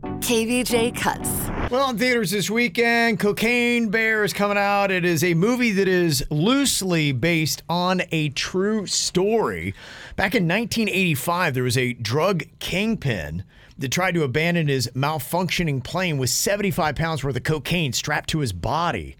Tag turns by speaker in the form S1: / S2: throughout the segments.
S1: KVJ Cuts.
S2: Well, in theaters this weekend, Cocaine Bear is coming out. It is a movie that is loosely based on a true story. Back in 1985, there was a drug kingpin that tried to abandon his malfunctioning plane with 75 pounds worth of cocaine strapped to his body.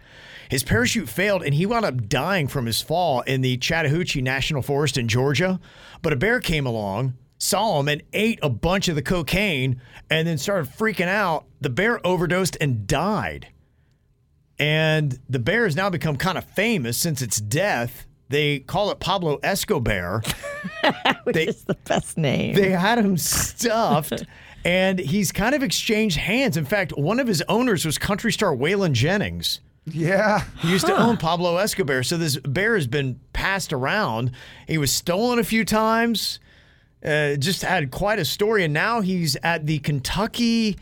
S2: His parachute failed and he wound up dying from his fall in the Chattahoochee National Forest in Georgia. But a bear came along, saw him, and ate a bunch of the cocaine and then started freaking out. The bear overdosed and died. And the bear has now become kind of famous since its death. They call it Pablo Escobar.
S3: Which is the best name.
S2: They had him stuffed, and he's kind of exchanged hands. In fact, one of his owners was country star Waylon Jennings.
S4: Yeah.
S2: He used to own Pablo Escobar. So this bear has been passed around. He was stolen a few times. Uh, just had quite a story. And now he's at the Kentucky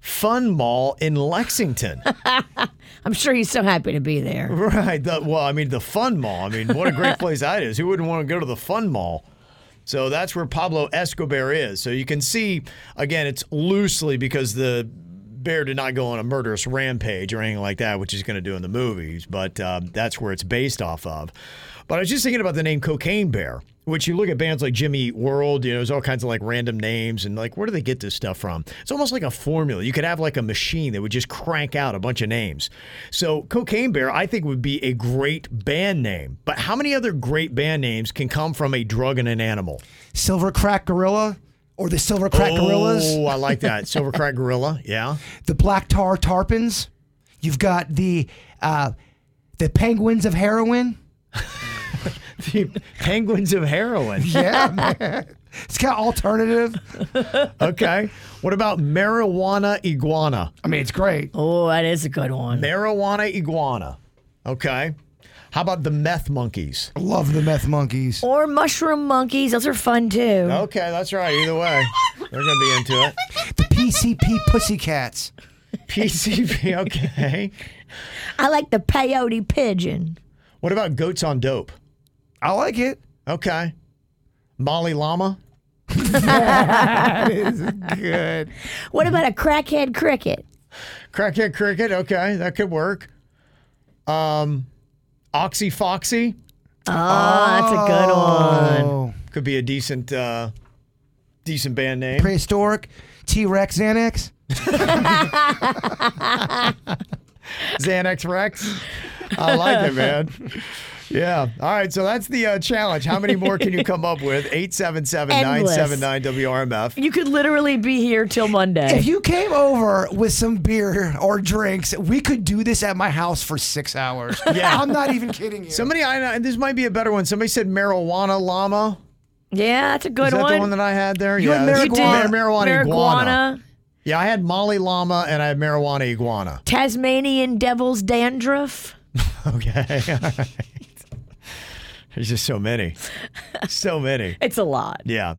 S2: Fun Mall in Lexington.
S3: I'm sure he's so happy to be there.
S2: right. The, well, I mean, the Fun Mall. I mean, what a great place that is. Who wouldn't want to go to the Fun Mall? So that's where Pablo Escobar is. So you can see, again, it's loosely because the bear did not go on a murderous rampage or anything like that, which he's going to do in the movies, but um, that's where it's based off of. But I was just thinking about the name Cocaine Bear, which you look at bands like Jimmy Eat World, you know, there's all kinds of like random names and like, where do they get this stuff from? It's almost like a formula. You could have like a machine that would just crank out a bunch of names. So Cocaine Bear, I think, would be a great band name. But how many other great band names can come from a drug and an animal?
S4: Silver Crack Gorilla or the Silver Crack Gorillas.
S2: Oh, I like that. Silver Crack Gorilla. Yeah.
S4: The Black Tar Tarpons. You've got the uh, the Penguins of Heroin.
S2: the penguins of heroin.
S4: Yeah, man. It's got alternative.
S2: Okay. What about marijuana iguana?
S4: I mean, it's great.
S3: Oh, that is a good one.
S2: Marijuana iguana. Okay. How about the meth monkeys?
S4: I love the Meth Monkeys.
S3: Or mushroom monkeys. Those are fun too.
S2: Okay, that's right. Either way, they're going to be into it.
S4: The PCP Pussycats.
S2: PCP. Okay.
S3: I like the peyote pigeon.
S2: What about goats on dope?
S4: I like it.
S2: Okay. Molly llama.
S4: That is good.
S3: What about a crackhead cricket?
S2: Crackhead cricket. Okay, that could work. Um, oxy foxy
S3: Oh, that's a good one.
S4: Oh,
S2: could be a decent, uh, decent band name.
S4: prehistoric T Rex Xanax.
S2: Xanax Rex. I like it, man. Yeah. All right. So that's the uh, challenge. How many more can you come up with? 877 979 WRMF.
S3: You could literally be here till Monday.
S4: If you came over with some beer or drinks, we could do this at my house for six hours.
S2: Yeah.
S4: I'm not even kidding you.
S2: Somebody, I this might be a better one. Somebody said marijuana llama.
S3: yeah, that's a good
S2: Is that
S3: one.
S2: the one that I had there?
S4: You had
S3: you
S4: marijuana-
S3: did
S4: Mar-
S2: marijuana,
S3: marijuana,
S2: iguana. Yeah, I had Molly llama and I had marijuana iguana.
S3: Tasmanian devil's dandruff.
S2: Okay. All right. There's just so many. So many.
S3: It's a lot.
S2: Yeah.